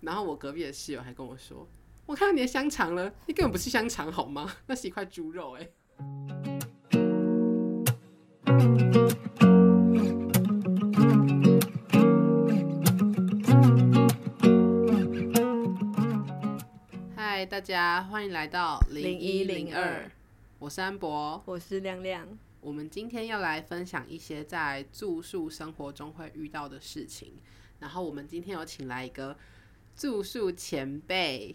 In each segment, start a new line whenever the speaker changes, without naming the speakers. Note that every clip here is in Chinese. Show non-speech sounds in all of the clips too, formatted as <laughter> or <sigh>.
然后我隔壁的室友还跟我说：“我看到你的香肠了，你根本不是香肠好吗？ <laughs> 那是一块猪肉哎、嗨，大家欢迎来到零一零二
0102，
我是安博。
我是亮亮，
我们今天要来分享一些在住宿生活中会遇到的事情。然后我们今天有请来一个住宿前辈，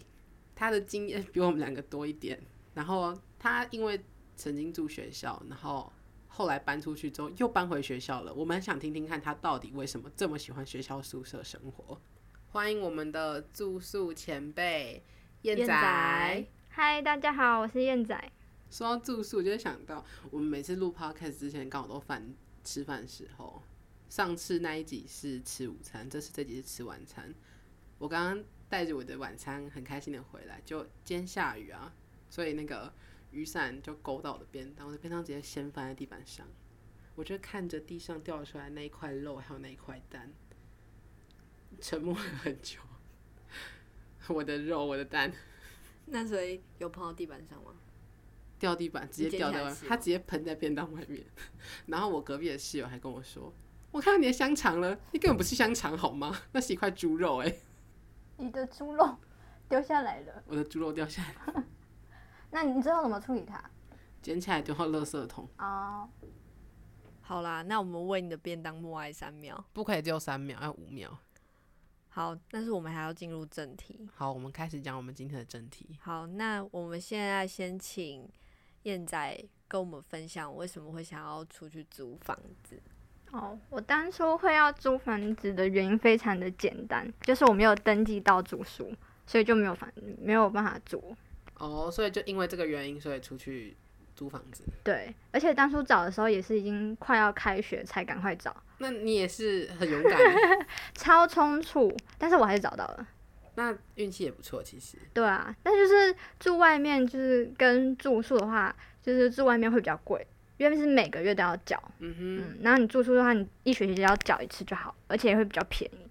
他的经验比我们两个多一点。然后他因为曾经住学校，然后后来搬出去之后又搬回学校了。我们很想听听看他到底为什么这么喜欢学校宿舍生活。欢迎我们的住宿前辈燕仔。
燕仔
嗨，大家好，我是燕仔。
说到住宿，就会想到我们每次录 podcast 之前，刚好都饭吃饭时候。上次那一集是吃午餐，这次这集是吃晚餐。我刚刚带着我的晚餐，很开心的回来，就今天下雨啊，所以那个雨伞就勾到我的便当，我的便当直接掀翻在地板上。我就看着地上掉出来那一块肉，还有那一块蛋，沉默了很久。 <laughs> 我的肉，我的蛋。
那所以有碰到地板上吗？
掉地板，直接
你捡
掉
起
在
来
外面
吃，
它
吗
直接喷在便当外面。 <laughs> 然后我隔壁的室友还跟我说：“我看到你的香肠了，你根本不是香肠好吗？那是一块猪肉哎、
你的猪肉丢下来了，
<laughs> 我的猪肉掉下来，
那你之后怎么处理它？
捡起来丢到垃圾桶，
哦、
好啦，那我们为你的便当默哀三秒。
不可以只有三秒，要五秒。
好，但是我们还要进入正题。
好，我们开始讲我们今天的正题。
好，那我们现在先请燕仔跟我们分享为什么会想要出去租房子。
哦，我当初会要租房子的原因非常的简单，就是我没有登记到住宿，所以就没有房，没有办法住。
哦，所以就因为这个原因，所以出去租房子。
对，而且当初找的时候也是已经快要开学才赶快找，
那你也是很勇 <laughs> 敢欸，
超冲促，但是我还是找到了。
那运气也不错，其实。
对啊，但就是住外面，就是跟住宿的话，就是住外面会比较贵，因为是每个月都要缴。
嗯哼，
嗯，然后你住宿的话，你一学期只要缴一次就好，而且也会比较便宜。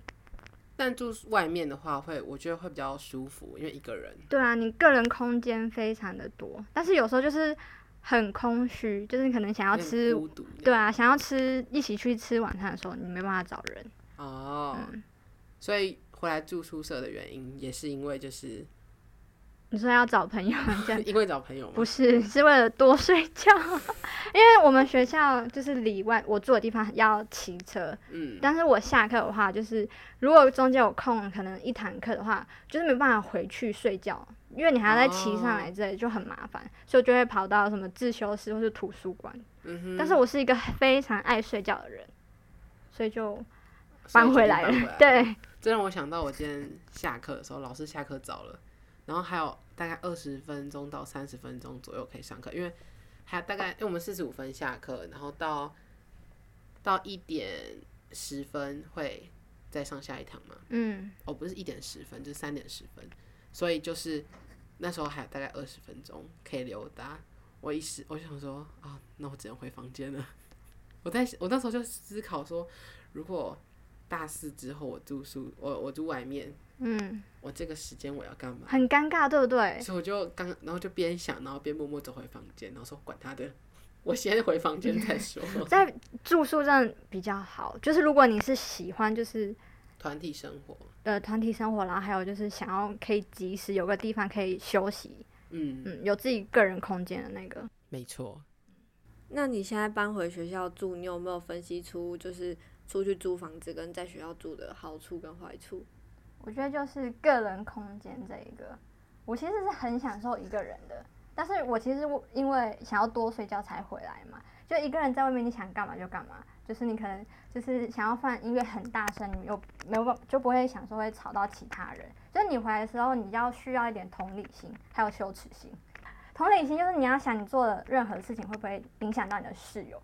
但住外面的话会我觉得会比较舒服，因为一个人。
对啊，你个人空间非常的多，但是有时候就是很空虚，就是你可能想要
有点
吃，
孤独这
对
样
啊，想要吃一起去吃晚餐的时候，你没办法找人。
哦，
嗯
所以回来住宿舍的原因也是因为就是
你说要找朋友啊这样，
因为找朋友吗？
不是是为了多睡觉， <laughs> 因为我们学校就是离外我住的地方要骑车，
嗯，
但是我下课的话，就是如果中间有空，可能一堂课的话，就是没办法回去睡觉，因为你还要再骑
哦
上来之类，就很麻烦，所以我就会跑到什么自修室或是图书馆。
嗯哼，
但是我是一个非常爱睡觉的人，所以就
所以
搬
决
回
定
来了。
搬
<laughs> 对，
这让我想到我今天下课的时候，老师下课早了，然后还有大概二十分钟到三十分钟左右可以上课，因为还大概因为我们四十五分下课，然后到到一点十分会再上下一堂嘛。
嗯，
哦，不是一点十分，就是三点十分，所以就是那时候还有大概二十分钟可以溜达。我一时我就想说啊，那我只能回房间了。 <laughs> 我在我那时候就思考说，如果大四之后我住宿，我我住外面，
嗯，
我这个时间我要干嘛？
很尴尬，对不对？
所以我就刚，然后就边想，然后边默默走回房间，然后说管他的，我先回房间再说。 <laughs>
在住宿这样比较好，就是如果你是喜欢就是
团体生活，
呃团体生活，然后还有就是想要可以及时有个地方可以休息，
嗯，
嗯，有自己个人空间的那个。
没错。
那你现在搬回学校住，你有没有分析出就是出去租房子跟在学校住的好处跟坏处？
我觉得就是个人空间这一个，我其实是很享受一个人的，但是我其实我因为想要多睡觉才回来嘛，就一个人在外面你想干嘛就干嘛，就是你可能就是想要放音乐很大声，你又没有办就不会想说会吵到其他人，就是你回来的时候你要需要一点同理心，还有羞耻心。同理心就是你要想你做的任何事情会不会影响到你的室友，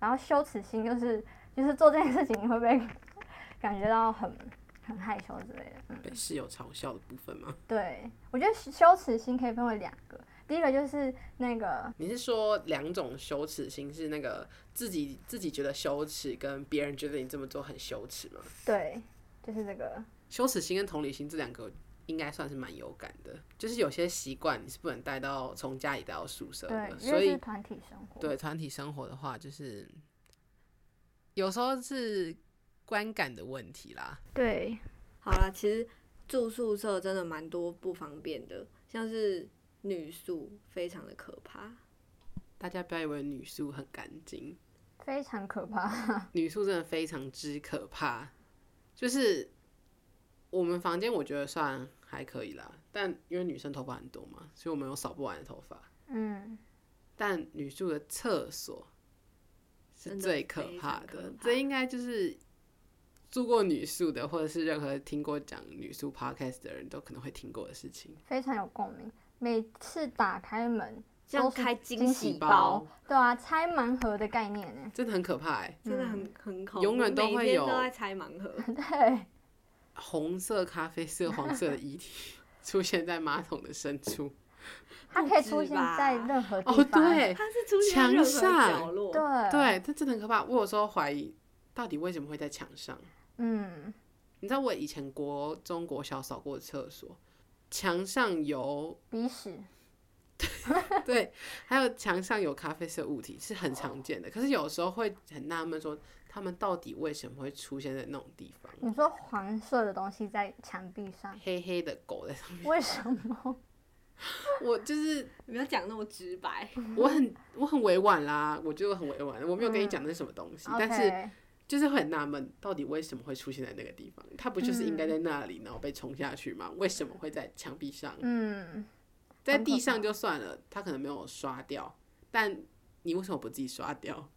然后羞耻心就是就是做这件事情你会不 <laughs> 会感觉到很很害羞之类的，嗯。
被室友嘲笑的部分吗？
对，我觉得羞耻心可以分为两个，第一个就是那个，
你是说两种羞耻心是那个自己自己觉得羞耻，跟别人觉得你这么做很羞耻吗？
对，就是这个，
羞耻心跟同理心这两个应该算是蛮有感的，就是有些习惯你是不能带到从家里带到宿舍
对
的，，
因
所
为是
以
团体生活，
对团体生活的话，就是有时候是观感的问题啦。
对
好啦，其实住宿舍真的蛮多不方便的，像是女宿非常的可怕。
大家不要以为女宿很干净，
非常可怕。
女宿真的非常之可怕。就是我们房间我觉得算还可以啦，但因为女生头发很多嘛，所以我们有扫不完的头发。
嗯，
但女宿的厕所是
真的
最可怕
非常可怕
这应该就是住过女宿的，或者是任何听过讲女宿 podcast 的人都可能会听过的事情。
非常有共鸣。每次打开门，
像
都是
开惊
惊喜
喜包
包，对啊，拆盲盒的概念呢？ <laughs>
真的很可怕哎、
真的很很恐怖，
永远都
每
会
天
有
都在拆盲盒。
对，
红色、咖啡色、黄色的 <laughs> 遗体出现在马桶的深处。
它
不
可以
止
出现
吧
在任何地
哦，
方。
<laughs> 对
它是出现在任
墙
何
上
角落，
对
对，这真的很可怕。我有时候怀疑，到底为什么会在墙上？
嗯，
你知道我以前国中国小扫过的厕所，墙上有
鼻屎，
对，还有墙上有咖啡色物体是很常见的，可是有时候会很纳闷说，他们到底为什么会出现在那种地方？
你说黄色的东西在墙壁上，
黑黑的狗在上面，
为什么？
<laughs> 我就是
你不要讲那么直白。
我很我很委婉啦，我觉得我很委婉，我没有跟你讲那是什么东西，但是
OK，
就是会很纳闷，到底为什么会出现在那个地方？它不就是应该在那里，然后被冲下去吗？为什么会在墙壁上？
嗯，
在
很可
地上
怕
就算了，它可能没有刷掉，但你为什么不自己刷掉？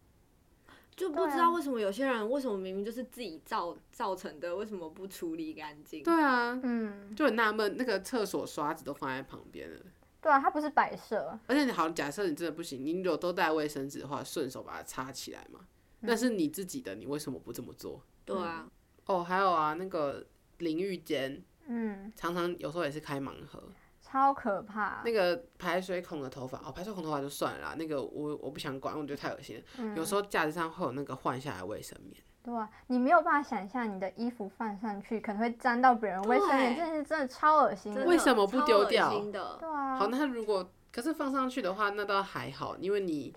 就不知道为什么有些人为什么明明就是自己造造成的，为什么不处理干净？
对啊，
嗯，
就很纳闷，那个厕所刷子都放在旁边了。
对啊，它不是摆设，
而且你好，假设你真的不行，你如果都带卫生纸的话，顺手把它擦起来嘛。
嗯
那是你自己的，你为什么不这么做？
对啊，
哦，还有啊，那个淋浴间
嗯，
常常有时候也是开盲盒，
超可怕。
那个排水孔的头发哦，排水孔头发就算了啦，那个我我不想管，我觉得太恶心了。
嗯
有时候架子上会有那个换下来的卫生棉，
对啊，你没有办法想象你的衣服放上去可能会沾到别人卫生
对
棉，这是真的超恶心
真
的。
的
为什么不丢掉
超恶心的，
对啊，
好，那如果可是放上去的话，那倒还好，因为你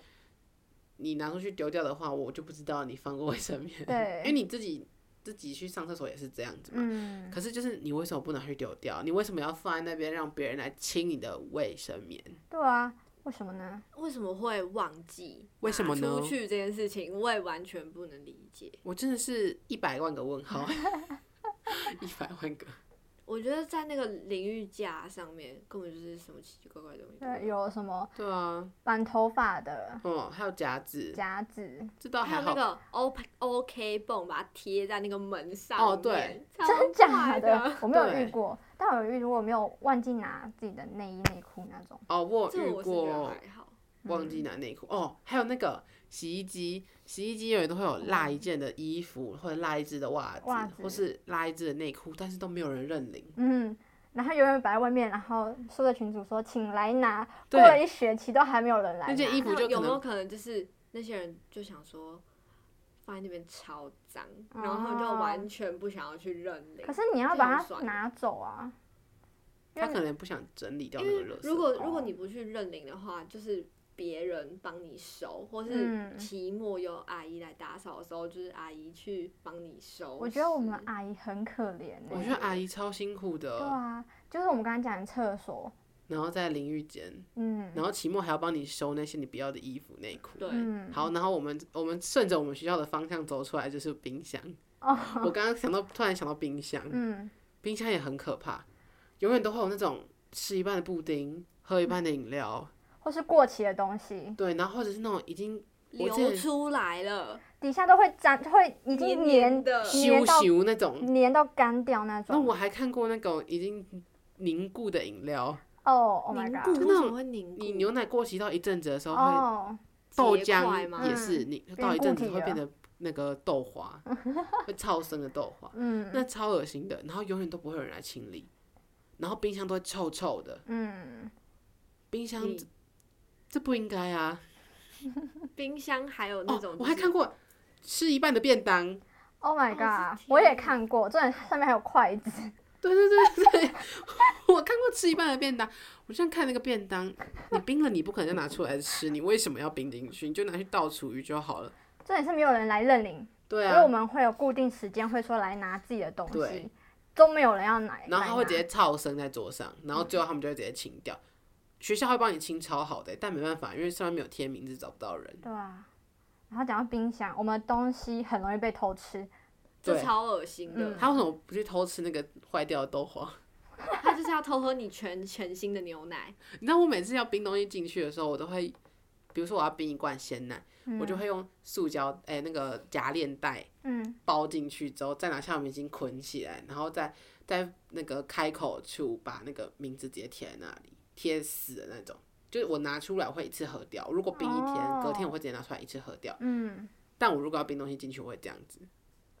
你拿出去丢掉的话，我就不知道你放过卫生棉。
对
因为你自己自己去上厕所也是这样子嘛。
嗯，
可是就是你为什么不拿去丢掉？你为什么要放在那边让别人来清你的卫生棉？
对啊，为什么呢？
为什么会忘记？
为什么呢
出去这件事情，我也完全不能理解。
我真的是一百万个问
<laughs>
号，一百万个。
我觉得在那个淋浴架上面，根本就是什么奇奇怪怪的东西都
哎
对，
有。
有什么
对啊，
绑头发的
哦，还有夹子，<laughs>
夹子，
这倒
还
还
有那
好。
个 O O K 泵，把它贴在那个门上
哦
面
对，
超
真假
怪
的
的？？
我没有
对
遇过，但我有遇，如果没有忘记拿自己的内衣内裤那种，
哦，我
这
有遇
我是觉得
过
还好。
忘
嗯
记拿内裤哦，还有那个洗衣机，洗衣机永远都会有落一件的衣服，或者落一只的袜子，
哦袜子
或是落一只的内裤，但是都没有人认领。
嗯，然后永远摆在外面，然后说的群主说请来拿，过
对
了一学期都还没有人来拿，
那件衣服
那
就可
有没有
能
可能就是那些人就想说放在那边超脏，
啊
然后他们就完全不想要去认领
可。是你要
这
把
很
它
爽
拿走啊，
他可能不想整理掉
因
那个
为
热色。
如果
包
如果你不去认领的话，就是别人帮你收，或是
嗯
期末有阿姨来打扫的时候，就是阿姨去帮你收拾。
我觉得我们阿姨很可怜、欸，
我觉得阿姨超辛苦的，
对啊，就是我们刚刚讲的厕所，
然后在淋浴间，
嗯
然后期末还要帮你收那些你不要的衣服内裤。
对，
嗯，
好，然后我们我们顺着我们学校的方向走出来就是冰箱。
哦
<laughs> 我刚刚想到，突然想到冰箱，
嗯，
冰箱也很可怕，永远都会有那种吃一半的布丁，喝一半的饮料。
或是过期的东西，
对，然后或者是那种已经我之
流
前
出来了，
底下都会粘，就会已经
黏黏
粘
的
羞
黏呃到
羞那种，
粘到干掉那
那
种。
我还看过那种已经凝固的饮料，
哦，Oh my
凝
god！
固
就那
为
种
什么会凝固？
你牛奶过期到一阵子的时候会，
哦，
豆
结块吗
浆也是你到一阵子
变固
会
体
变
了
得那个豆花，会超生的豆花，
嗯
那超恶心的，然后永远都不会有人来清理，然后冰箱都会臭臭的，
嗯，
冰箱
你
这这不应该啊！
冰箱还有那
哦
种、，
我还看过吃一半的便当，
Oh my
哦
god！、
是
我也
天哪
看过，这上面还有筷子。
对对对对， <laughs> 我看过吃一半的便当，我就像看那个便当，你冰了你不可能再拿出来吃，你为什么要冰进去？你就拿去倒厨余就好了。
这也是没有人来认领，
对
因为
啊
我，们会有固定时间会说来拿自己的东西
对，
都没有人要拿。
然后他会
来拿
直接噪声在桌上，然后最后他们就会直接清掉。学校会帮你清超好的、但没办法，因为上面没有贴名字，找不到人。
对啊。然后讲到冰箱，我们的东西很容易被偷吃，
这
对嗯
超恶心的。
他为什么不去偷吃那个坏掉的豆花？ <laughs>
他就是要偷喝你全全新的牛奶，
你知道我每次要冰东西进去的时候，我都会，比如说我要冰一罐鲜奶，我就会用塑胶哎、那个夹链袋
嗯，
包进去之后，再拿橡皮筋捆起来，然后再在那个开口处把那个名字直接贴在那里，贴死的那种。就是我拿出来我会一次喝掉，如果冰一天，
哦
隔天我会直接拿出来一次喝掉。
嗯，
但我如果要冰东西进去，我会这样子，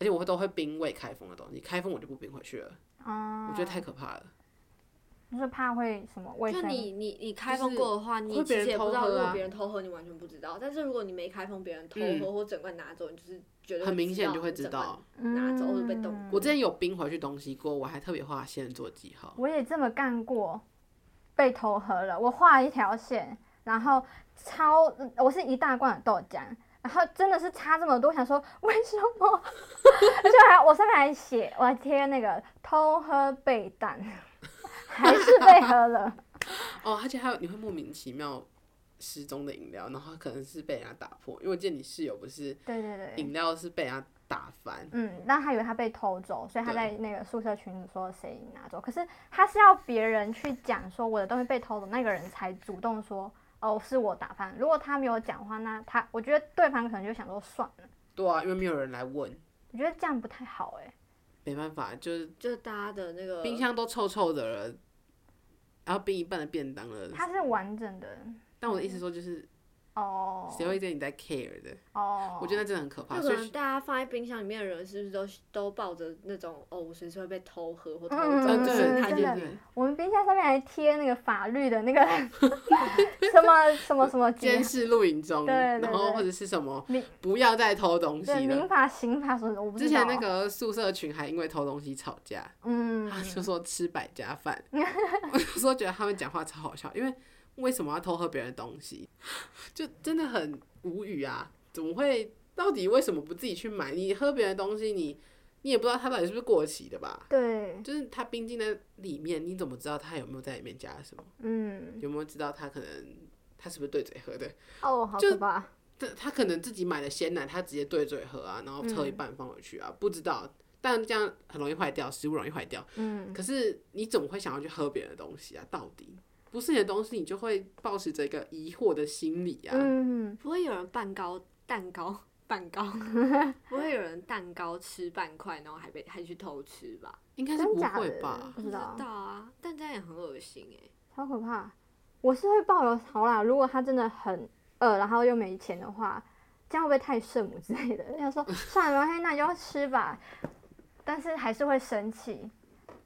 而且我会都会冰未开封的东西，开封我就不冰回去了，
哦，
我觉得太可怕了。
就是怕会什么卫
就
生，
你你你开
就
封
是
过的话，
会
你
别
其
人
实也不知道，
偷
如
喝啊
果别人偷喝，你完全不知道。但是如果你没开封，别人偷
嗯
喝或整罐拿走，你就是绝对会
很明显
知
就会
你
哦知
整罐
道，
拿走或者被冻
嗯
我之前有冰回去东西过，我还特别画线做记号。
我也这么干过，被偷喝了。我画一条线，然后超，我是一大罐的豆浆，然后真的是差这么多，想说为什么？ <laughs> 而且还我上面还写，我还贴那个偷喝被蛋， <laughs> 还是被喝了。 <laughs>
哦，而且还有你会莫名其妙失踪的饮料，然后可能是被人家打破，因为我记得你室友不是
对对对，
饮料是被人家打翻，
嗯，但他以为他被偷走，所以他在
对
那个宿舍群组说谁拿走，可是他是要别人去讲说我的东西被偷走，那个人才主动说。哦，是我打翻。如果他没有讲的话，那他我觉得对方可能就想说算了，
对啊，因为没有人来问，
我觉得这样不太好哎、
没办法，就是
就是大家的那个
呃
冰箱都臭臭的了，然后冰一半的便当了。
它是完整的
但我的意思说，就是
哦
谁会对你在 care 的？
哦，
我觉得那真的很可怕。
就
所
可
以
能大家放在冰箱里面的人，是不是都都抱着那种哦，我随时会被偷喝或偷
嗯
走
呃，
的
对
心态
对
进
真
对
的
去？
对，
我们冰箱上面还贴那个法律的那
<laughs>
个什么什么什么
监
几
视录影中，
对对
然后
对
或者是什么
民
不要再偷东
对
西
民
了。
法刑法什么的，我不知
之
道。
前那个啊宿舍群还因为偷东西吵架，
嗯，
他就说吃百家饭， <laughs> 我有时候觉得他们讲话超好笑，因为为什么要偷喝别人的东西， <laughs> 就真的很无语啊！怎么会？到底为什么不自己去买？你喝别人的东西你，你也不知道它到底是不是过期的吧？
对，
就是它冰进在里面，你怎么知道它有没有在里面加了什么？
嗯，
有没有知道它可能它是不是对嘴喝的？
哦，好
就
可怕，
他他可能自己买的鲜奶，他直接对嘴喝啊，然后喝一半放回去啊，不知道。但这样很容易坏掉，食物容易坏掉。
嗯，
可是你怎么会想要去喝别人的东西啊？到底不是你的东西，你就会抱持着一个疑惑的心理啊。
嗯，
不会有人蛋糕蛋糕
<laughs>
蛋糕，不会有人蛋糕吃半块，然后还被还去偷吃吧？
应该是
真
不
假
会
的
吧？
不知道
不，啊，但这样也很恶心哎、
超可怕。我是会抱有好啦，如果他真的很饿，然后又没钱的话，这样会不会太圣母之类的？
<laughs>
想说算了，没关系，那你就吃吧。但是还是会生气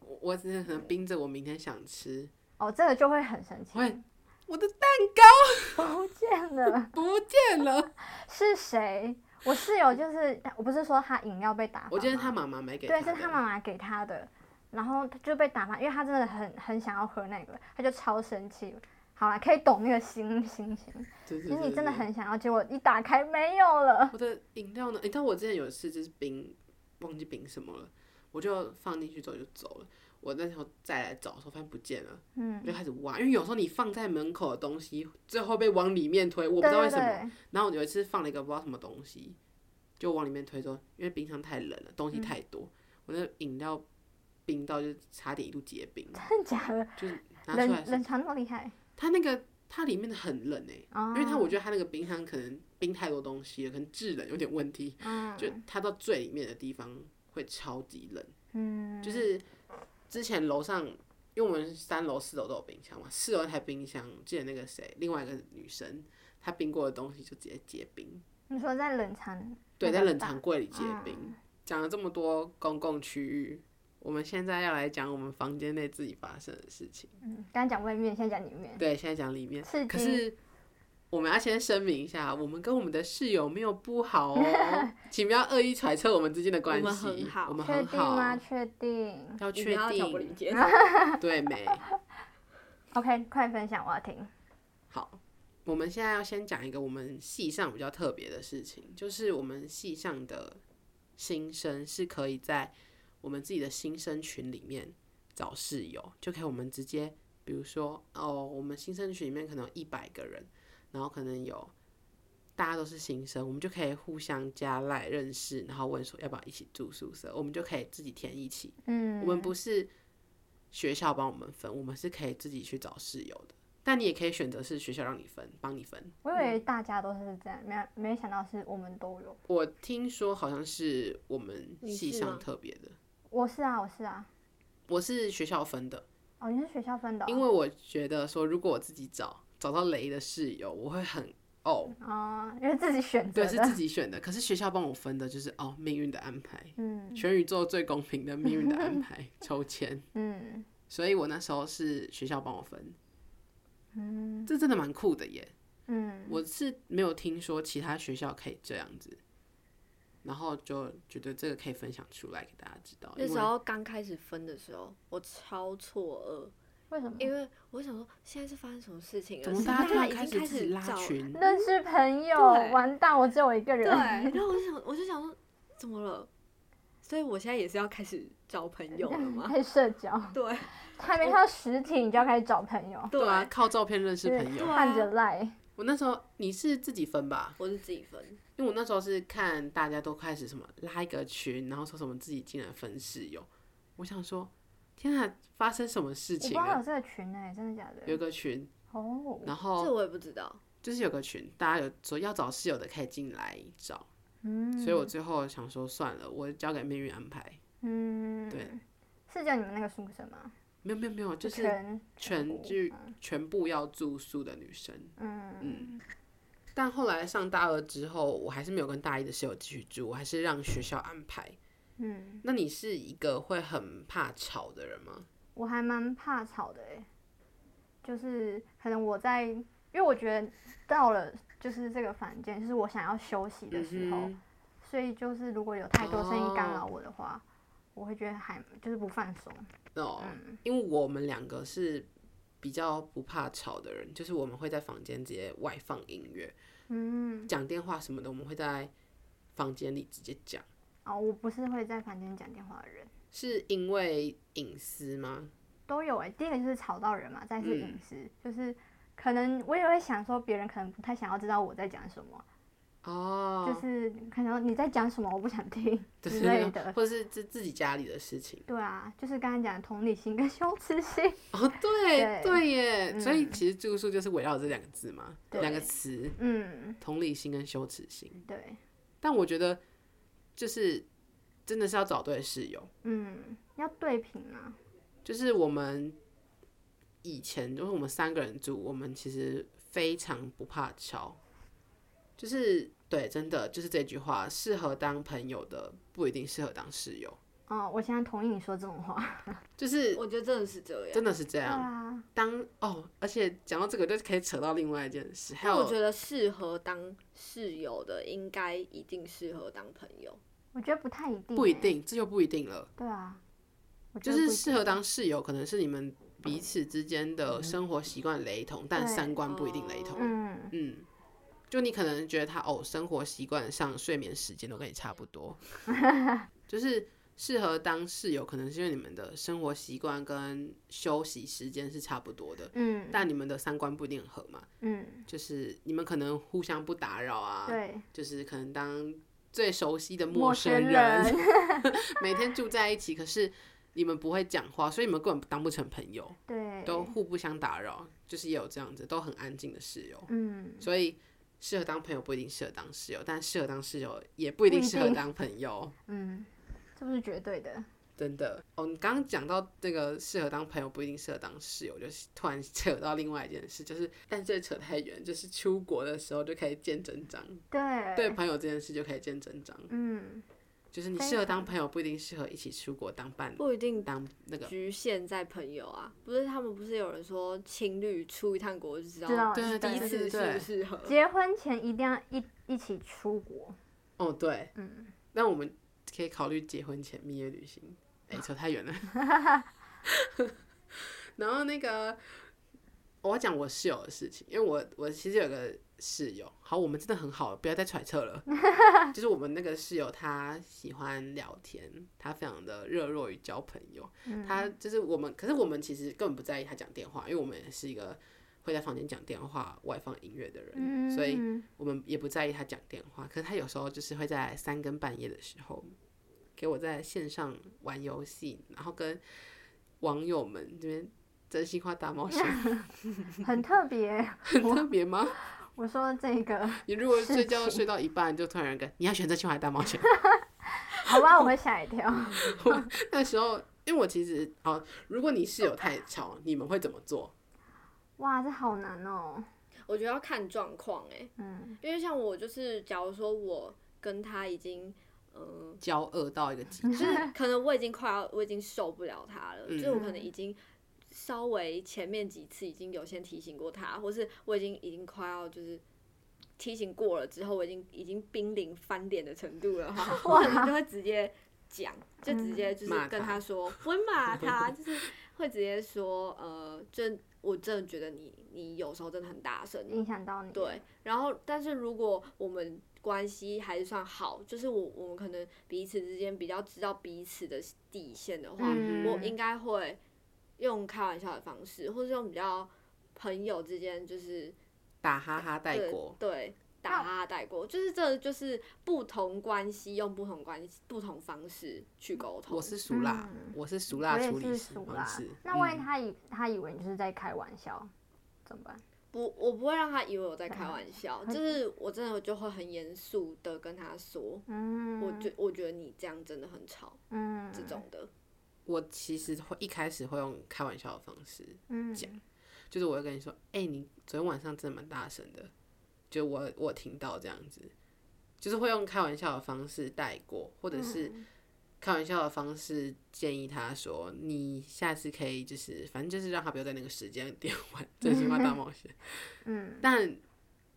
我我只是可能冰着，我明天想吃，
哦，这个就会很生气，
喂，我的蛋
不见了。
不见
<laughs>
了。
是谁？我室友就是，我不是说他饮料被打翻吗，
我觉得他妈妈买给
对，
的
是他妈妈给他的，然后他就被打翻，因为他真的很很想要喝那个，他就超生气。好啦，可以懂那个心心情，
对对
就是
对
你真的
对
很想要，结果一打开没有了。
我的饮料呢？你知道我之前有一次就是冰，忘记冰什么了，我就放进去之后就走了。我那时候再来找的时候，发现不见了，
嗯
我，就开始挖，因为有时候你放在门口的东西，最后被往里面推，我不
对
知道为
对
什么。
对，
然后我有一次放了一个不知道什么东西，就往里面推之后，因为冰箱太冷了，东西太多，我的饮料冰到就差点一度结冰，
真的假的？
就是拿出来的
冷
时候，
冷藏那么厉害
它那个它里面的很冷哎、
啊？
因为它我觉得它那个冰箱可能冰太多东西了，可能制冷有点问题。
嗯
就它到最里面的地方会超级冷，
嗯，
就是之前楼上，因为我们三楼、四楼都有冰箱嘛，四楼那台冰箱，记得那个谁，另外一个女生，她冰过的东西就直接结冰，
你说在冷藏
对，
那个
在冷
大
藏柜里结
嗯
冰。讲了这么多公共区域，我们现在要来讲我们房间内自己发生的事情。
嗯，刚刚讲外面，现在讲里面，
对，现在讲里面
刺激，
可是我们要先声明一下，我们跟我们的室友没有不好
<laughs>
哦，请不要恶意揣测我们之间的关系。
我们很好
我们
确
很
定吗？
哦好，
确定。
要
你
确
不要挑拨离
定， <laughs>
间。
对
<laughs>
没？
OK，快分享，我要听。
好，我们现在要先讲一个我们系上比较特别的事情，就是我们系上的新生是可以在我们自己的新生群里面找室友，就可以我们直接，比如说哦，我们新生群里面可能有一百个人，然后可能有。大家都是新生，我们就可以互相加赖认识，然后问说要不要一起住宿舍，我们就可以自己填一起。
嗯，
我们不是学校帮我们分，我们是可以自己去找室友的。但你也可以选择是学校让你分，帮你分。
我以为大家都是这样，没没想到是我们都有。
我听说好像是我们
你
系
是
上
吗
特别的，
我是啊，我是啊。
我是学校分的，
哦，你是学校分的哦、
因为我觉得说如果我自己找找到雷的室友，我会很哦，
哦，因为自己选择
对，是
的。
自己选的。可是学校帮我分的就是哦，命运的安排，
嗯
全宇宙最公平的命运的安排，抽签。
嗯
所以我那时候是学校帮我分，
嗯
这真的蛮酷的耶。
嗯，
我是没有听说其他学校可以这样子，然后就觉得这个可以分享出来给大家知道。
那
因
时
为
候刚开始分的时候，我超错
为什么
愕，？因为我想说现在是发生什么事情了？
怎么
是
大家突
家
然
已
开
经开
自己
始
拉
找
群？
认识朋友，
对
完蛋，我只有我一
<laughs>
个
对，
人。 <laughs>
然后我就想，我就想说怎么了？所以我现在也是要开始找朋友了
<laughs>
吗？
开始社交，
<laughs> 对
<laughs> 还没看到实体，你就要开始找朋友，
对啊，，靠照片认识
对
朋友
对。啊
换着赖。
我那时候你是自己分吧？
我是自己分，
因为我那时候是看大家都开始什么拉一个群，然后说什么自己竟然分室友，我想说天啊，发生什么事
我不知
情
道有
了？
这个群哎、真的假
有一
的？
个群，
哦，
然
这
后
我也不知道。
就是有个群，大家有说要找室友的可以进来找，
嗯，
所以我最后想说算了，我交给命运安排。
嗯，
对，
是叫你们那个宿舍吗？
没有没有没有，就是
全
全
部啊
剧全部要住宿的女生。
嗯
但后来上大二之后，我还是没有跟大一的室友继续住，我还是让学校安排。
嗯，
那你是一个会很怕吵的人吗？
我还蛮怕吵的哎、就是可能我在，因为我觉得到了就是这个房间，就是我想要休息的时候，
嗯
所以就是如果有太多声音干扰
哦
我的话，我会觉得还就是不放松。
哼，哦，
嗯
因为我们两个是比较不怕吵的人，就是我们会在房间直接外放音乐，
嗯，
讲电话什么的，我们会在房间里直接讲。
哦，我不是会在房间讲电话的人，
是因为隐私吗？
都有哎、第一个就是吵到人嘛，再是
嗯
隐私，就是可能我也会想说，别人可能不太想要知道我在讲什么，
哦，
就是可能你在讲什么我不
<laughs>
想听
对
之类的。
或者是自自己家里的事情。
对啊，就是刚才讲的同理心跟 <laughs> 羞耻心。
哦，对
对
对耶，所以
嗯
其实住宿就是围绕这两个字嘛，
对
两个词：
嗯，
同理心跟羞耻心。
对，
但我觉得，就是真的是要找对室友。
嗯，要对平啊嘛。
就是我们以前，就是我们三个人住，我们其实非常不怕吵。就是对，真的就是这句话，适合当朋友的不一定适合当室友，
哦，我现在同意你说这种话。
就是
我觉得真的是这样。
真的是这
对
样。
啊，
当哦，而且讲到这个，就可以扯到另外一件事，还
但
有
我觉得适合当室友的，应该一定适合当朋友。
我觉得不太一定、欸
不一。定，这就不一定了。
对啊，我觉
就
得
是
不一
适合
定嗯
当室友，可能是你们彼此之间的生活习惯雷同，但
对
三观不一定雷同。
嗯，
嗯，就你可能觉得他哦，生活习惯上、睡眠时间都跟你差不多，
<laughs>
就是适合当室友，可能是因为你们的生活习惯跟休息时间是差不多的，
嗯
但你们的三观不一定合嘛，
嗯，
就是你们可能互相不打扰啊，
对，
就是可能当最熟悉的
陌
陌生
生
人，
人
<laughs> 每天住在一起，可是你们不会讲话，所以你们根本当不成朋友，
对，
都互不相打扰，就是也有这样子，都很安静的室友，
嗯，
所以。适合当朋友不一定适合当室友，但适合当室友也不一定
不一
适合
定
当朋友，
嗯，这不是绝对的。
真的。哦，你刚刚讲到这个适合当朋友不一定适合当室友，就是突然 <laughs> 扯到另外一件事，就是但这扯太远，就是出国的时候就可以见真章，
对，
对，朋友这件事就可以见真章。
嗯，
就是你适合当朋友，不一定适合一起出国当伴
不一定
当那个。
局限在朋友啊，不是他们不是有人说情侣出一趟国就知
知
道
道
对
对
彼此适不适
<laughs>
合，
结婚前一定要一一起出国，
哦，对，
嗯，
那我们可以考虑结婚前蜜月旅行。哎、扯太远了。 <laughs> 然后那个，我要讲我室友的事情，因为我我其实有个室友，好，我们真的很好，不要再揣测
<laughs>
了。就是我们那个室友，他喜欢聊天，他非常的热络于交朋友。
嗯
他就是我们，可是我们其实根本不在意他讲电话，因为我们也是一个会在房间讲电话、外放音乐的人，
嗯，
所以我们也不在意他讲电话，可是他有时候就是会在三更半夜的时候，给我在线上玩游戏，然后跟网友们这边真心话大
<laughs>
冒险，
很特别。
很特别吗？
我说这个，
你如果睡觉睡到一半，就突然有人跟你要选真心话大冒
<laughs>
险，
好吧，我会吓一跳。
那时候因为我其实哦，如果你室友太吵，你们会怎么做？
哇，这好难哦。
我觉得要看状况哎，
嗯，
因为像我就是，假如说我跟他已经，
<laughs>
嗯、
骄恶到一个极
就
致，
<laughs>
是可能我已经快要，我已经受不了他了，
嗯
就是我可能已经稍微前面几次已经有先提醒过他，或是我已经已经快要就是。提醒过了之后，我已经已经濒临翻脸的程度了哈，我可能就会直接讲，就直接就是
骂
跟
他
他说， <laughs> 不会
<laughs>
骂他，就是会直接说，呃，真我真的觉得你你有时候真的很大声，
影响到你。
对，，然后但是如果我们关系还是算好，就是我我们可能彼此之间比较知道彼此的底线的话，
嗯
我应该会用开玩笑的方式，或是用比较朋友之间就是
打哈哈带
对
过，
对打
那
哈哈带过，就是这就是不同关系用不同关系不同方式去沟通。
我是熟辣，
嗯
我是熟
我
辣
也
处理
是
方
熟啦
式。
那万
嗯
一他以他以为你就是在开玩笑，怎么办？
不，我不会让他以为我在开
嗯
玩笑，
会
就是我真的就会很严肃的跟他说，
嗯，
我觉我觉得你这样真的很吵。
嗯
这种的，
我其实会一开始会用开玩笑的方式，
嗯
讲就是我会跟你说，哎、你昨天晚上真的蛮大声的，就我我听到这样子，就是会用开玩笑的方式带过，或者是开玩笑的方式建议他说，你下次可以就是反正就是让他不要在那个时间点玩真心话大冒险。
嗯，
但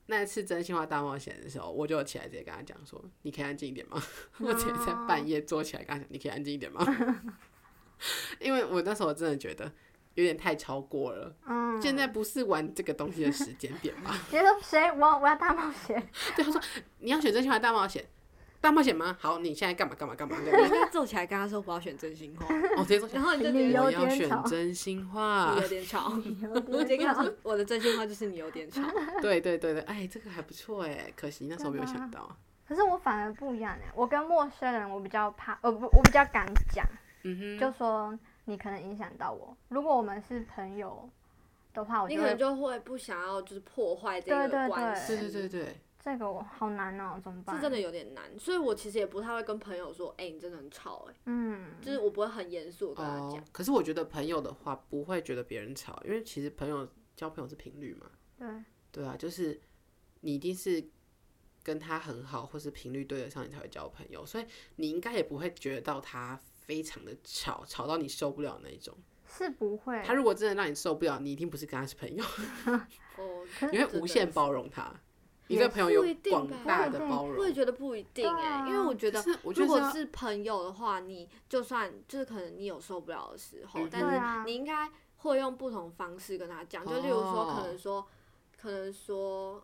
那次真心话大冒险的时候，我就起来直接跟他讲说，你可以安静一点吗？ <laughs> 我直接在半夜坐起来跟他讲，你可以安静一点吗？ <laughs> 因为我那时候真的觉得有点太超过了。
嗯，
现在不是玩这个东西的时间点
<laughs>
吧？
觉得谁我我要大冒险，
对，他说你要选真心话大冒险，大冒险吗？好，你现在干嘛干嘛干嘛干
我
嘛？
<laughs> 应该坐起来跟他说我要选真心
<laughs>
话，
我直接说，
然后你就
你
觉
有
得
我要
点
选
吵
真心话
你。有点吵，
有
<laughs> 我直接
点
跟他
吵
说我的真心话就是你有点吵，
对对对对，哎，这个还不错哎，可惜那时候没
<laughs>
有想到。
可是我反而不一样哎，我跟陌生人我比较怕，呃不，我比较敢讲，
嗯哼，
就说你可能影响到我。如果我们是朋友的话，我
你
就
可能
会
就会不想要就是破坏这
对对
个
对
关系，
对对对对，
这个我好难哦，怎么办？
是真的，有点难，所以我其实也不太会跟朋友说，哎、你真的很吵、哎，
嗯，
就是我不会很严肃地跟他
哦
讲，。
可是我觉得朋友的话不会觉得别人吵，因为其实朋友交朋友是频率嘛，
对，
对啊，就是你一定是跟他很好，或是频率对得上，你才会交朋友，所以你应该也不会觉得到他非常的吵，吵到你受不了那一种。
是不会
他，如果真的让你受不了，你一定不是跟他是朋友，
哦，
你会无限包容他。你对朋友
不一
有
定
广
吧
大的
不一定
包
真的是，我也
容，
觉得不一定、
对啊
哎，因为我觉
可
得。
是我觉得
如果
要
是朋友的话，你就算就是可能你有受不了的时候，
嗯
但
对
是
啊
你应该会用不同方式跟他讲，就例如说，
哦
可能说，可能说，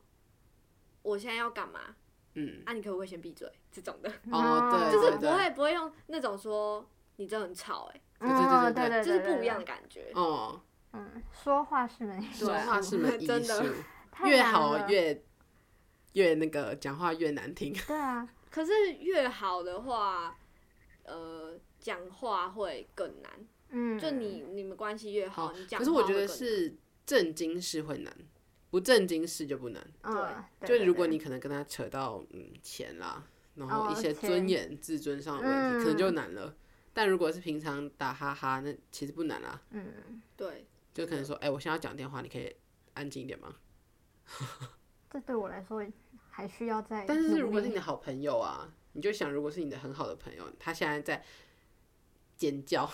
我现在要干嘛？
嗯
啊，你可不可以先闭嘴？这种的，
哦对
嗯
就是
对
不会不会用那种说你真的很吵、欸，
对对对对
嗯对
哎，
对，
就是
对
不一样的，感觉。
哦，
对嗯，说话是没
说话是门艺
<laughs> 真的
术，
太
越
难
好
了
越越那个讲话越难
<laughs>
听，
对啊，
可是越好的话，呃，讲话会更难。
嗯，
就你你们关系越好，
哦
你讲
可是
话
我觉
会
得
更
是正经事会难，不正经事就不难。
嗯，
就
对
如果
对
你可能跟他扯到嗯钱啦，然后
哦
一些
钱
尊严、自尊上的问题，可能就
嗯
难了。但如果是平常打哈哈，那其实不难啦，
嗯，
对
就可能说，哎、我现在要讲电话，你可以安静一点吗？
这对我来说还需要再努力，哎
但是如果是你的好朋友啊，你就想，如果是你的很好的朋友，他现在在尖叫，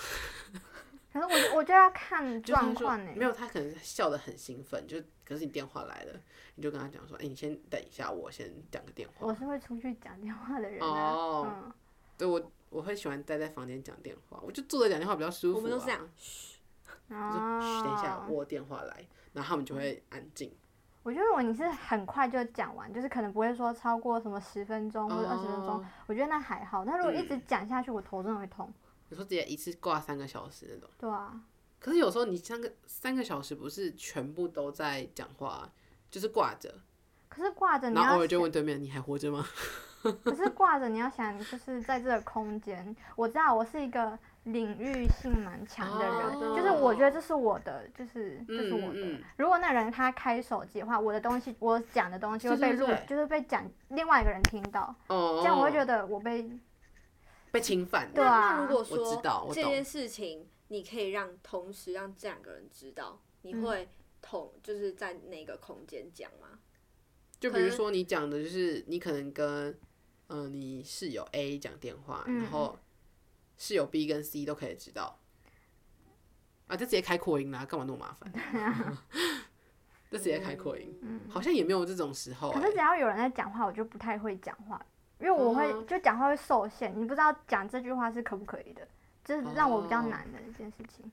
可是我我就要看
就是他
状
说
况呢、欸
没有，他可能笑得很兴奋，就可是你电话来了，你就跟他讲说，哎、你先等一下，我先讲个电话。
我是会出去讲电话的人啊。
哦
嗯，
对我我会喜欢待在房间讲电话，我就坐着讲电话比较舒服、啊。
我们都是这样，
我说嘘，等一下，
哦嗯
我电话来，然后他们就会安静。
我觉得如果你是很快就讲完，就是可能不会说超过什么十分钟或者二十分钟
哦，
我觉得那还好。但如果一直讲下去，我头真的会痛。
你说直接一次挂三个小时那种，
对啊，
可是有时候你三个三个小时不是全部都在讲话啊、就是挂着，
可是挂着你
然后偶
要
尔就
想，
问对面你还活着吗？
可是挂着你要想，就是在这个空间，我知道我是一个领域性蛮强的人，
哦
就是我觉得这是我的，就是这是我的。
嗯嗯
如果那人他开手机的话，我的东西，我讲的东西会被
对对
录，
对
就是被讲另外一个人听到，
哦，
这样我会觉得我被
被侵犯了。
对啊
那如果
我知
说
道我
这
懂
件事情，你可以让同时让这两个人知道，
嗯
你会同、就是在那个空间讲吗？
就比如说你讲的就是你可能跟呃你室友 A 讲电话，
嗯
然后室友 B 跟 C 都可以知道，啊，就直接开扩音啦，干嘛那么麻烦？ <laughs> 就直接开扩音，
嗯
好像也没有这种时候、
嗯可是只
欸，
要有人在讲话，我就不太会讲话，因为我会、
嗯
就讲话会受限，你不知道讲这句话是可不可以的，这是让我比较
哦
难的一件事情。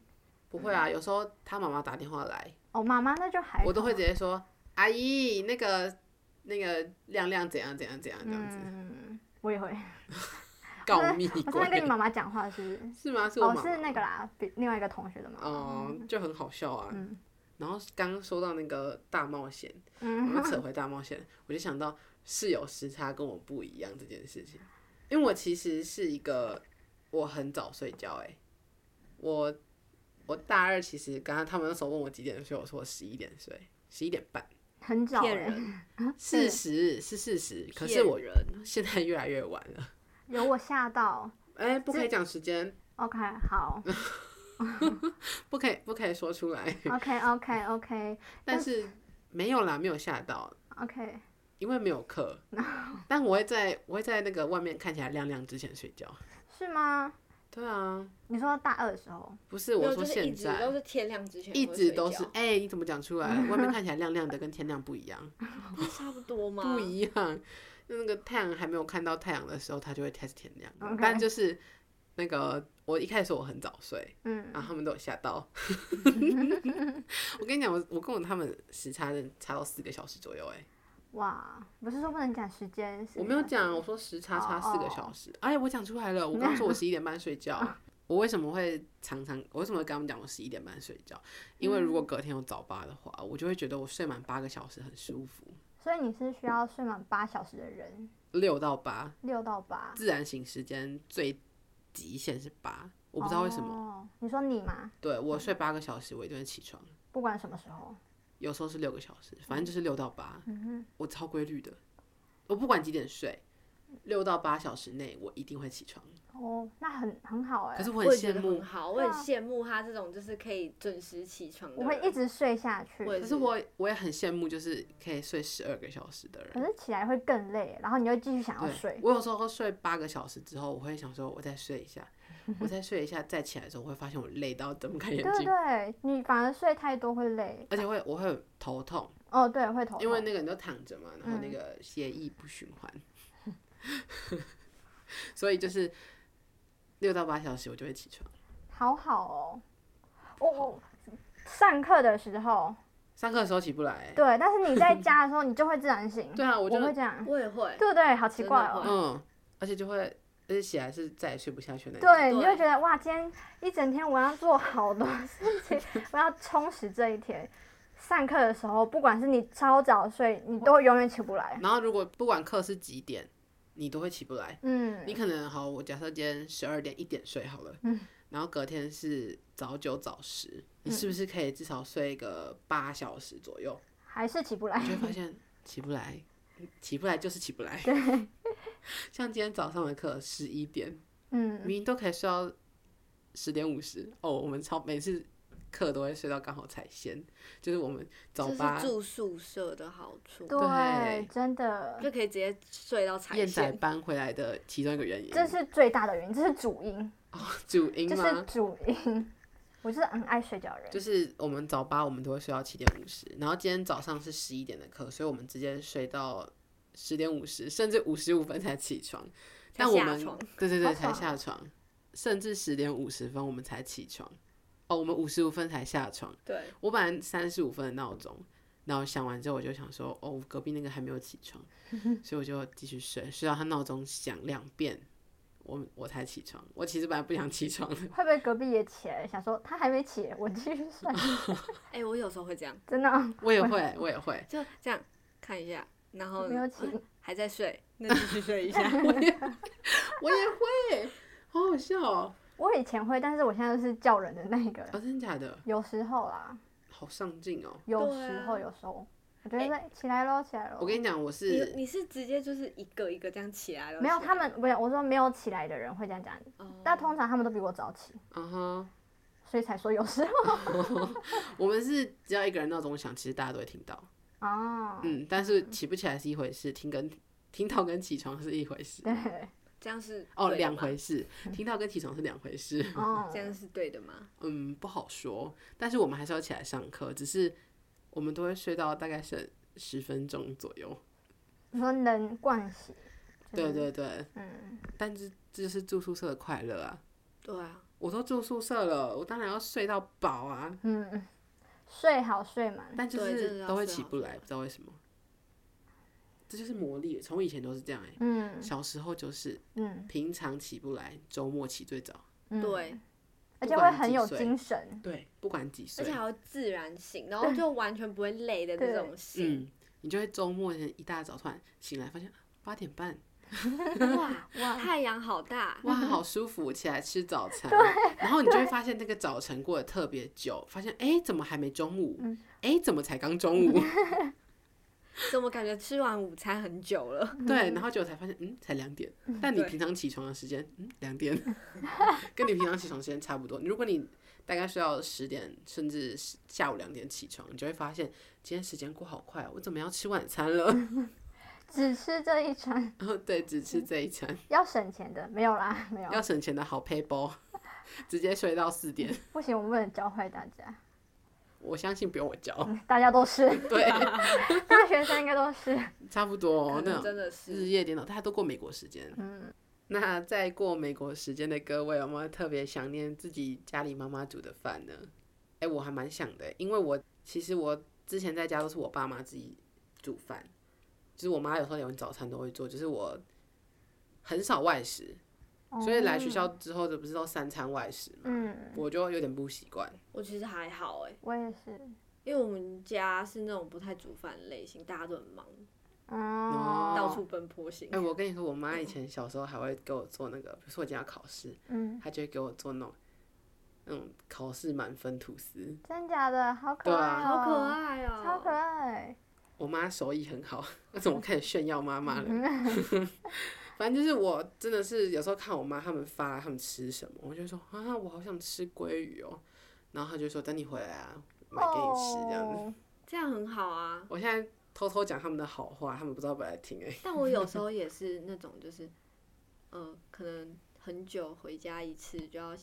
不会啊，有时候他妈妈打电话来，
哦，妈妈那就还
我都会
好
直接说阿姨，那个那个亮亮怎样怎样怎样这样子，
嗯，我也会。 <laughs>
告密
我现在跟你
鬼
妈妈讲话是不是？
<laughs> 是吗？是我
哦，
妈
是那
妈。
个啦，比另外一个同学的妈妈。
哦，就很好笑啊。
嗯
然后刚刚说到那个大冒险，我
嗯
们扯回大冒险，我就想到室友时差跟我不一样这件事情，因为我其实是一个我很早睡觉、欸，我我大二其实刚刚他们那时候问我几点睡，我说我十一点睡，十一点半，
很早
骗
欸，
人，
事实是事实，可是我
骗人
现在越来越晚了，
有我吓到。
哎、不可以讲时间，
OK，好
<laughs> 不可以不可以说出
<laughs>
来，
，OK OK OK
但是没有啦，没有吓到，
OK，
因为没有课，
<laughs>
但我会在我会在那个外面看起来亮亮之前睡觉。
是吗？
对啊，
你说大二的时候，
不是
没
我
有
说
就是一
现
直都
在，
是天亮之前
一
会
直
睡
都
觉
是，哎、你怎么讲出
<laughs>
来？外面看起来亮亮的，跟天亮不一样，
不是差
<laughs>
不多吗？
不一样。那那个太阳还没有看到太阳的时候，它就会开始天亮。
OK
但就是那个我一开始说我很早睡，
嗯
然后他们都有吓
<laughs>
到。我跟你讲，我我跟我他们时差的差到四个小时左右、哎，
哇，不是说不能讲时间，是
我没有
你讲
讲，我说时差差
哦
四个小时。哎，我讲出来了，我
<laughs>
刚说我十一点半睡觉。我为什么会常常，我为什么会跟他们讲我十一点半睡觉？因为如
嗯
果隔天有早八的话，我就会觉得我睡满八个小时很舒服，
所以你是需要睡满八小时的人，
六到八，
六到八。
自然醒时间最极限是八。我不知道为什么，
哦、你说你吗？
对我
嗯
睡八个小时，我一定会起床。
不管什么时候，
有时候是六个小时，反正就是六到八，
嗯
我超规律的。我不管几点睡，六到八小时内我一定会起床。
哼，哦，那很很好哎、
可是我
我
很
也觉
羡
得
慕
很好，我很羡慕他这种就是可以准时起床的
啊我
人。
会一直睡下去，
我也
可
可
是我我也很羡慕，就是可以睡十二个小时的人。
是起来会更累，然后你又继续嗯想要
对
睡，
我有时候睡八个小时之后，我会想说，我再睡一下，
<laughs>
我再睡一下，再起来的时候，我会发现我累到睁不开眼
对对
睛，
对，你反而睡太多会累，
而且会我会很头痛，
哦对，会头痛，
因为那个你都躺着嘛，然后那
嗯
个血液不循环， <laughs> 所以就是六到八小时我就会起床。
好好哦，我、我上课的时候，
上课的时候起不来欸、
对，但是你在家的时候，你就会自然醒，
对啊，我
我
就
会这样，
我也会，
对不对？好奇
真的
怪
会
哦。
嗯，而且就会，而且起来是再也睡不下去那种。
对，你就
对
会觉得哇，今天一整天我要做好多事情， <laughs> 我要充实这一天。上课的时候，不管是你超早睡，你都会永远起不来。
然后如果不管课是几点，你都会起不来。
嗯
你可能好，我假设今天十二点一点睡好了，
嗯
然后隔天是早九早十，你是不是可以至少睡个八小时左右？
还是起不来
你。就会发现起不来，起不来就是起不来。像今天早上的课十一点，
嗯，
明明都可以睡到十点五十哦，我们超每次课都会睡到刚好踩线，就是我们早
这
八
是住宿舍的好处，
对
对，真的，
就可以直接睡到踩
燕仔
线。
搬回来的其中一个原因，
这是最大的原因，这是主因，
主因
这是
吗？
主因。我就是很爱睡觉的人，
就是我们早八，我们都会睡到七点五十，然后今天早上是十一点的课，所以我们直接睡到十点五十，甚至五十五分才起床。
才
但我
下
们
床
对对对
好
才
爽
下
<laughs>
床，甚至十点五十分我们才起床。哦，我们五十五分才下床。
对，
我本来三十五分的闹钟，然后想完之后我就想说，哦，隔壁那个还没有起
<laughs>
床，所以我就继续睡，睡到他闹钟响两遍，我我才起床。我其实本来不想起床的，
会不会隔壁也起来了，想说他还没起，我继续睡？
哎、我有时候会这样，
真的哦、
我也会，我也会。
就这样看一下，然后
没有起
还在睡，那继续睡一 <laughs> 下。
我也会，好好笑
<laughs>
哦！
我以前会，但是我现在都是叫人的那一个人
啊，真的假的？
有时候啦，
好上进哦！
有
对啊
时候，有时候，我觉得在起来喽，起来喽。
哎我跟你讲，我
你
是
你是直接就是一个一个这样起来了？
没有，
起来
他们不是我说没有起来的人会这样讲，
嗯
哦
但通常他们都比我早起，
啊哈，
所以才说有时候。 <laughs>
我们是只要一个人闹钟响，其实大家都会听到。
哦，
嗯，但是起不起来是一回事，听跟 <laughs> 听到跟起床是一回事。
对，
这样是
哦，
对的
两
吗
回事，听到跟起床是两回事。
哦
这，样是对的吗？
嗯，不好说，但是我们还是要起来上课，只是我们都会睡到大概剩十分钟左右。
你说能惯习，
对，对对，
嗯，
但是这就是住宿舍的快乐啊！
对啊，
我都住宿舍了，我当然要睡到饱啊！
嗯，睡好睡满，
但就
对真的
是
要
都会
睡
起
好
不
睡
来，
好
不知道为什么。这就是魔力，从以前都是这样哎、
嗯
小时候就是
嗯
平常起不来，周末起最早。
嗯，，
对，
而且会很有
<laughs>
精神，
对，不管几
而
岁
且，还会自然醒，然后就完全不会累的那种醒。
嗯，你就会周末一大早突然醒来，发现八点半，
哇，
嗯
太阳好大， <laughs>
哇，好舒服！我起来吃早餐，然后你就会发现那个早晨过得特别久，发现哎、诶怎么还没中午？
嗯
哎、怎么才刚中午？
怎么感觉吃完午餐很久了？
对，然后结果才发现，嗯，才两点。但你
对
平常起床的时间，嗯，两点， <laughs> 跟你平常起床时间差不多。如果你大概睡到十点，甚至是下午两点起床，你就会发现今天时间过好快哦，我怎么要吃晚餐了？
嗯
<laughs>
只吃这一餐，
然后对，只吃这一餐，
要省钱的没有啦，没有，
要省钱的好 pay 包， <laughs> 直接睡到四点。
不行，我们不能教坏大家，嗯
我相信不用我教， <laughs>
大家都是， <laughs>
对，
大学生应该都是，
差不多哦、
可
那
能
种
真的
日
是
夜颠倒，大家都过美国时间。
嗯，
那在过美国时间的各位，有没有特别想念自己家里妈妈煮的饭呢？哎、我还蛮想的，因为我其实我之前在家都是我爸妈自己煮饭，就是我妈有时候连早餐都会做，就是我很少外食，所以来学校之后，这不是都三餐外食嘛，
哦嗯，
我就有点不习惯。
我其实还好哎、
我也是，
因为我们家是那种不太煮饭类型，大家都很忙，
哦
哦，
到处奔波型
哎、。我跟你说，我妈以前小时候还会给我做那个，比如说我今天要考试，
嗯，
她就会给我做那种那种考试满分吐司。
真假的，好可
对
爱、
啊
哦，
好可，爱哦、
超可爱，
我妈手艺很好， <laughs> 那怎么开始炫耀妈妈了？
嗯
<laughs> 反正就是我真的是有时候看我妈他们发他们吃什么，我就说啊，我好想吃鲑鱼哦。然后她就说等你回来啊，买给你吃这样子。
哦
这样很好啊。
我现在偷偷讲他们的好话，他们不知道本来听哎、
但我有时候也是那种，就是，呃，可能很久回家一次就要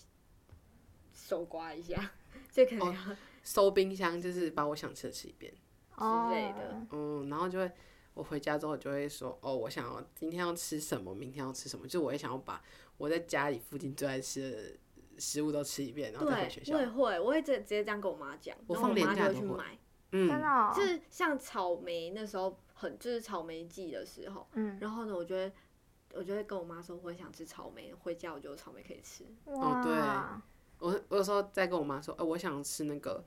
手刮一下，就可能要、
收冰箱就是把我想吃的吃一遍，
之类的
哦
嗯，然后就会我回家之后就会说哦，我想要今天要吃什么，明天要吃什么，就我也想要把我在家里附近最爱吃的食物都吃一遍，然后再回学
对，
校
我。也会，我会直直接这样跟我妈讲，
我
然后
放
我
年
妈就
假
会
都
去
会
买，
嗯，
真的、哦，
就是像草莓那时候很就是草莓季的时候，
嗯，
然后呢，我就会我就会跟我妈说我很想吃草莓，回家我就有草莓可以吃，
哇，
哦对我我有时候在跟我妈说，哎、我想吃那个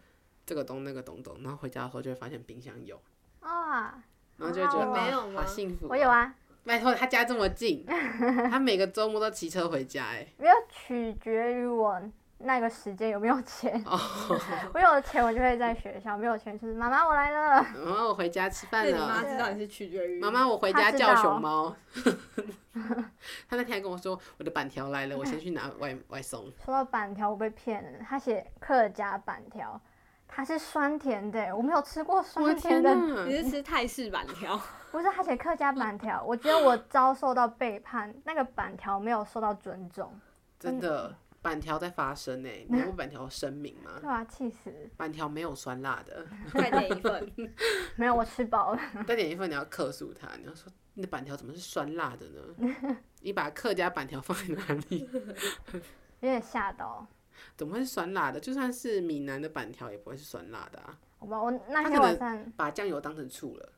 这个东那个东东，然后回家的时候就会发现冰箱有，
哇，
然后就会觉得
你
哇
没有吗
好幸福。哦
我啊有，啊，
拜托他家这么近，他每个周末都骑车回家、哎，
没有取决于我那个时间有没有钱。
哦
<laughs> 我有钱，我就会在学校；没有钱，就是妈妈我来了。
妈妈，我回家吃饭
那你妈
了。
知道你是取决于
妈妈，我回
她
家
知
叫
道哦
熊猫。 <laughs> 他那天还跟我说，我的板条来了，我先去拿外外
<laughs>
送。
说到板条，我被骗了。他写客家板条，它是酸甜的，我没有吃过
我
酸
的天
甜的。
哪！
你是吃泰式板
<laughs>
条，
不是，他写客家板条，我觉得我遭受到背叛，那个板条没有受到尊重，
真的板条在发生呢、欸你有为板条声明吗
对？啊，气死！
板条没有酸辣的，
再点一份。
没有，我吃饱了。 <laughs>
但点一份你要克诉他，你要说你的板条怎么是酸辣的呢？ <laughs> 你把客家板条放在哪里？ <laughs>
有点吓到。
怎么会是酸辣的？就算是闽南的板条也不会是酸辣的啊！
好吧，我那
他
天
可
晚
能
上
把酱油当成醋了，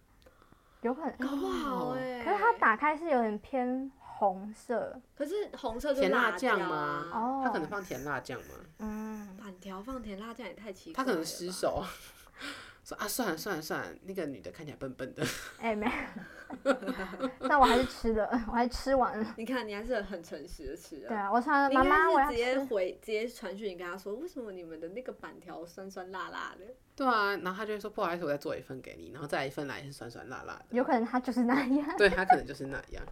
有可能，嗯
搞不
哦
好哎、
可是它打开是有点偏红色
可是红色就
甜辣
辣
酱
椒啊
吗
哦，
他可能放甜辣酱嘛，
嗯，
板条放甜辣酱也太奇怪
他
了吧。
可能失手 <laughs> 啊，说啊算了算了算了，那个女的看起来笨笨的， <laughs>
哎、没， <laughs> 但我还是吃了，我还吃完了。
你看，你还是很诚实的吃
对
啊。
啊，我想
你
妈
应该
妈我要
是直接
吃，
回直接传讯跟他说，为什么你们的那个板条酸酸辣辣的？
对啊，然后他就会说不好意思，我再做一份给你，然后再来一份来也是酸酸辣辣的，
有可能它就是那样。
对他可能就是那样。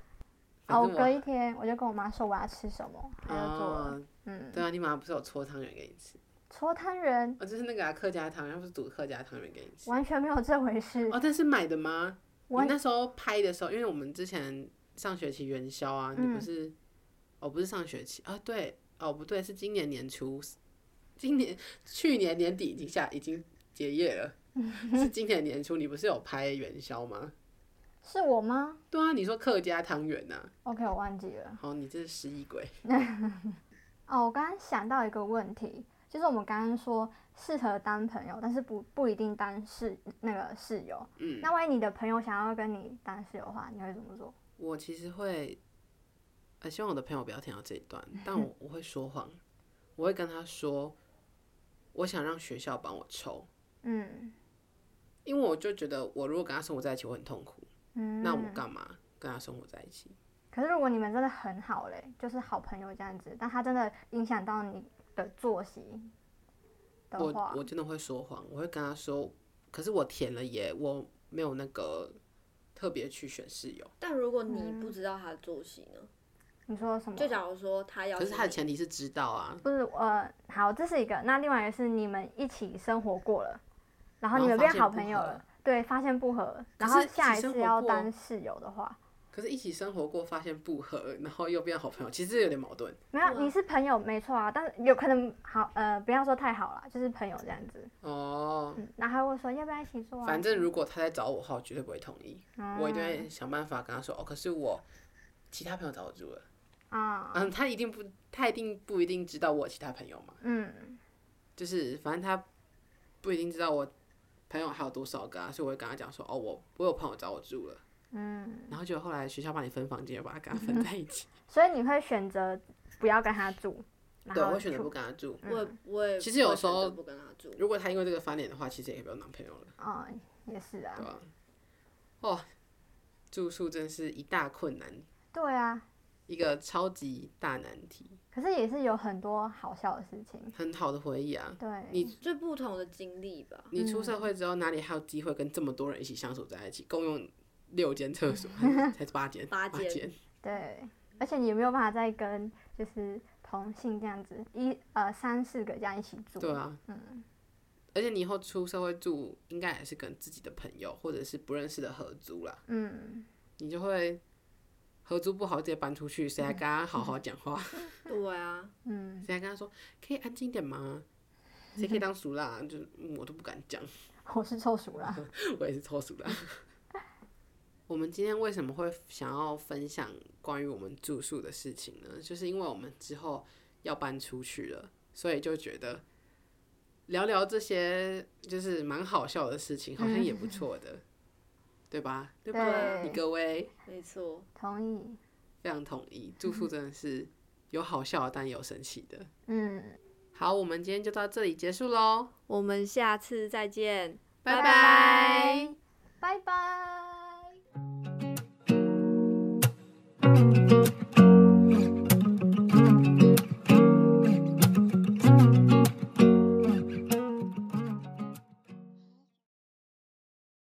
哦，
反
<laughs> 我
正
隔一天我就跟我妈说我要吃什么，她就做了。
哦，
嗯，
对啊，你妈不是有搓汤圆给你吃？
搓汤圆
哦，就是那个、啊、客家汤圆，她不是煮客家汤圆给你吃？
完全没有这回事，
哦，但是买的吗？你
我
那时候拍的时候，因为我们之前上学期元宵啊，你
嗯
不是？哦，不是上学期啊，对，哦不对，是今年年初，今年去年年底已经下已经结业
<laughs>
了，是今年年初，你不是有拍元宵吗？
是我吗
对啊，你说客家汤圆呐、
？OK，我忘记了。
哦，你这是失忆鬼，
哦，我刚刚想到一个问题，就是我们刚刚说适合当朋友，但是不不一定当室那个室友。
嗯，
那万一你的朋友想要跟你当室友的话，你会怎么做？
我其实会，呃，希望我的朋友不要听到这一段，但我我会说谎，我会跟他说，我想让学校帮我抽，
嗯
因为我就觉得我如果跟他生活在一起，我很痛苦，
嗯。
那我干嘛跟他生活在一起？
可是如果你们真的很好嘞，就是好朋友这样子，但他真的影响到你的作息的
我
话，
我真的会说谎，我会跟他说，可是我填了耶，我没有那个特别去选室友，
但如果你不知道他的作息呢？
你说什么？
就假如说他要，
嗯可是他的前提是知道啊，
不是呃，好，这是一个。那另外一个是你们一起生活过了，然后你们
然后
变
发现
好
不
朋友
合
了，对，发现不合，然
可
后
是一
下
起
一
生
次
活
要
过哦
当室友的话，
可是一起生活过发现不合，然后又变好朋友，其实有点矛盾。
没有，
对啊
你是朋友没错啊，但是有可能好呃，不要说太好了，就是朋友这样子。
哦，
嗯，然后他会说要不要一起做啊？嗯
反正如果他在找我的话，我绝对不会同意，我一定会想办法跟他说哦。可是我其他朋友找我住了，
啊，
嗯，他一定不，他一定不一定知道我有其他朋友嘛，
嗯，
就是反正他不一定知道我朋友还有多少个啊，所以我会跟他讲说哦，我我有朋友找我住了，嗯，然后就后来学校帮你分房间，把他跟他分在一起，
所以你会选择不要跟他住，然
对，啊
后
我会选择
住
不跟他住。
我也我也
其实有
会选
时候
择不跟他住，
如果他因为这个翻脸的话，其实也可以不用男朋友了，
啊、也是啊
对，吧、哦，住宿真是一大困难，
对啊，
一个超级大难题。
可是也是有很多好笑的事情，
很好的回忆啊！
对，
你
就不同的经历吧。
你出社会之后，哪里还有机会跟这么多人一起相处在一起，共用六间厕所，还是才八间，
八间
间，
对，而且你也没有办法再跟就是同性这样子一呃三四个这样一起住，
对啊，而且你以后出社会住，应该也是跟自己的朋友或者是不认识的合租啦，
嗯，
你就会合租不好直接搬出去，谁还跟他好好讲话？
对啊，
嗯
谁还跟他说可以安静一点吗？谁可以当熟啦？就是嗯我都不敢讲，
我是臭鼠啦，
<laughs> 我也是臭熟啦。啊我们今天为什么会想要分享关于我们住宿的事情呢？就是因为我们之后要搬出去了，所以就觉得聊聊这些就是蛮好笑的事情，好像也不错的，对吧？对吧？
对
你各位
啊没错，
同意，
非常同意，住宿真的是有好笑的，但也有神奇的。
嗯，
好，我们今天就到这里结束喽，
我们下次再见。
拜
拜拜拜。